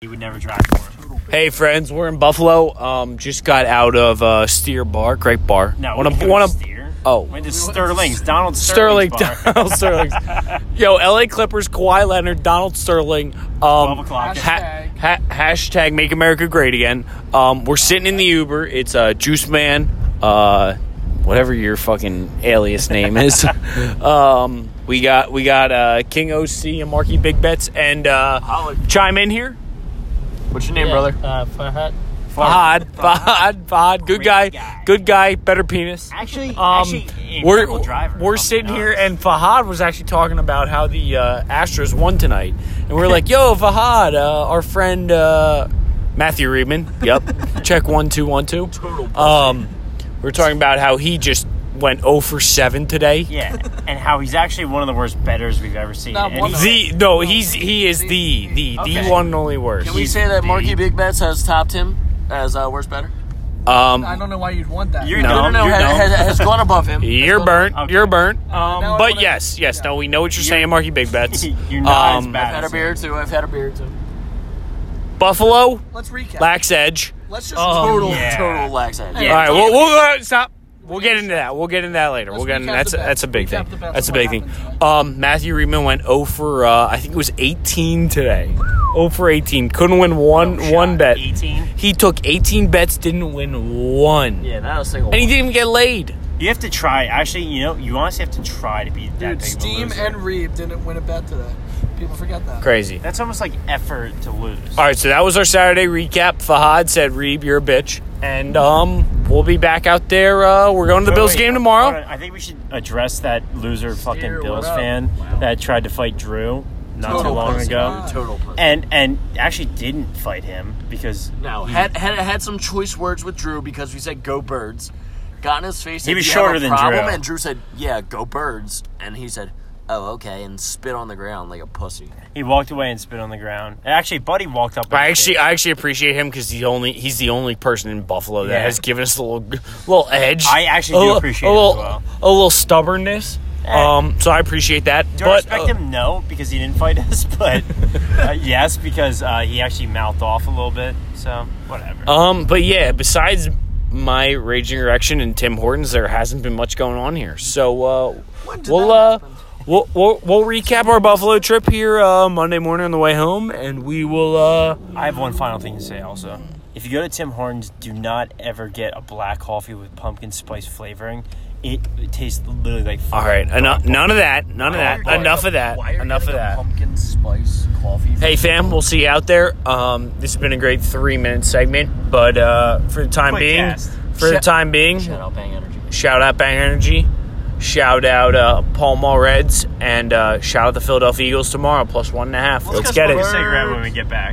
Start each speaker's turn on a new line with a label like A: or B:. A: You would never drive for him.
B: Hey friends, we're in Buffalo. Um, just got out of uh, Steer Bar, great bar.
A: No,
B: Wanna-
A: we didn't go
B: wanna-
A: to Steer.
B: oh.
A: we went to Sterling's. Donald
B: Sterling,
A: Sterling's bar.
B: Donald Sterling. Yo, LA Clippers, Kawhi Leonard, Donald Sterling. Um,
A: o'clock.
B: ha- ha- hashtag Make America Great Again. Um, we're sitting in the Uber. It's uh, Juice Man, uh, whatever your fucking alias name is. um, we got we got uh, King OC and Marky Big Bets and uh, chime in here. What's your name, brother?
C: Uh, Farhat.
B: Fahad, Fahad, Fahad. Good
A: Great
B: guy,
A: guy.
B: good guy, better penis.
A: Actually,
B: Um,
A: actually,
B: we're
A: incredible driver,
B: we're
A: if I'm
B: sitting
A: being
B: here,
A: honest.
B: and Fahad was actually talking about how the uh, Astros won tonight, and we're like, "Yo, Fahad, uh, our friend uh, Matthew Reedman, yep, check one two one two. Um, we're talking about how he just went 0 for seven today.
A: yeah, and how he's actually one of the worst betters we've ever seen.
C: Not
A: And
C: one
A: he-
C: of
B: The no, he's he is the the
A: Okay.
B: the one and only worst.
D: Can we
A: He's
D: say that
A: the-
D: Marky Big Bets has topped him as uh, worst better?
B: Um,
E: I don't know why you'd want that.
A: You're
B: No,
A: dumb.
D: No,
A: You're
D: has,
A: dumb.
D: has, has gone above him.
B: You're
D: Has gone-
B: burnt.
A: Okay.
B: You're burnt.
E: now I
B: but
E: wanna-
B: yes, yes.
E: yeah.
B: No, we know what you're,
A: You're-
B: saying, Marky Big Bets.
A: You're not as
B: Um,
A: bad.
D: I've had a beer too. I've had a beer too.
B: Buffalo
E: Let's recap.
B: lacks edge.
E: Let's just
D: Total,
A: Oh, yeah.
D: total lax edge.
B: All
A: Yeah.
B: right, we'll, we'll uh, stop. We'll get into that. We'll get into that later.
E: Let's
B: we'll get into
E: recap
B: that's
E: the bets.
B: that's a big
E: Recap
B: thing.
E: the bets
B: That's a
E: and what
B: big thing.
E: happened
B: Um, Matthew Reedman went 0 for uh, I think it was 18 today. 0 for 18. Couldn't win one
A: No
B: one
A: shot.
B: bet.
A: 18?
B: He took 18 bets, didn't win one,
D: Yeah, not a single.
B: and he
D: one.
B: didn't even get laid.
A: You have to try. Actually, you know, you honestly have to try to be
E: Dude,
A: that big of a
E: Steam
A: loser.
E: and Reeb didn't win a bet today. People forget that.
B: Crazy.
A: That's almost like effort to lose.
B: All right, so that was our Saturday recap. Fahad said, "Reeb, you're a bitch," and um, we'll be back out there. Uh, we're going to the
A: Wait,
B: Bills
A: wait,
B: game
A: hold
B: tomorrow.
A: on. I think we should address that loser fucking
D: what
A: Bills
D: up?
A: fan that tried to fight Drew not
D: Total
A: too long
D: pussy,
A: ago.
D: dude, Total pussy.
A: And and actually didn't fight him because
D: No, had, had had some choice words with Drew because we said go birds. Got in his face.
A: He
D: said,
A: was
D: "Do you have
A: shorter
D: a
A: than
D: problem?"
A: Drew.
D: And Drew said, "Yeah, go birds." And he said, "Oh, okay," and spit on the ground like a pussy.
A: he walked away and spit on the ground. And actually, Buddy walked up. and
B: I actually,
A: kicked.
B: I actually appreciate him because he's only he's the only person in Buffalo that
A: Yeah.
B: has given us a little little edge.
A: I actually do
B: li-
A: appreciate
B: a
A: it as
B: little,
A: well. Eh.
B: a little stubbornness. Um, so I appreciate that.
A: do I
B: but
A: respect
B: uh,
A: him? No, because he didn't fight us. But uh, yes, because uh, he actually mouthed off a little bit. So whatever.
B: um, but yeah, besides my raging erection and Tim Hortons, there hasn't been much going on here. So uh,
E: did
B: we'll
E: that
B: uh,
E: happen?
B: we'll, we'll we'll recap our Buffalo trip here uh, Monday morning on the way home, and we will. Uh,
A: I have one final thing to say also. If you go to Tim Hortons, do not ever get a black coffee with pumpkin spice flavoring. It, it tastes literally like.
B: all right, enough, none of that, none of that, enough of that, enough of that.
D: Pumpkin spice coffee.
B: Hey fam, we'll see you out there. Um, this has been a great three-minute segment, but uh, for the time
A: Quick
B: being,
A: cast.
B: for the
D: Shut-
B: time being,
D: Shout out Bang Energy.
B: shout out Bang Energy, shout out uh, Paul Mall Reds, and uh, shout out the Philadelphia Eagles tomorrow plus one and a half. Let's,
A: go
B: get
A: smoke
B: it.
A: a cigarette when we get back.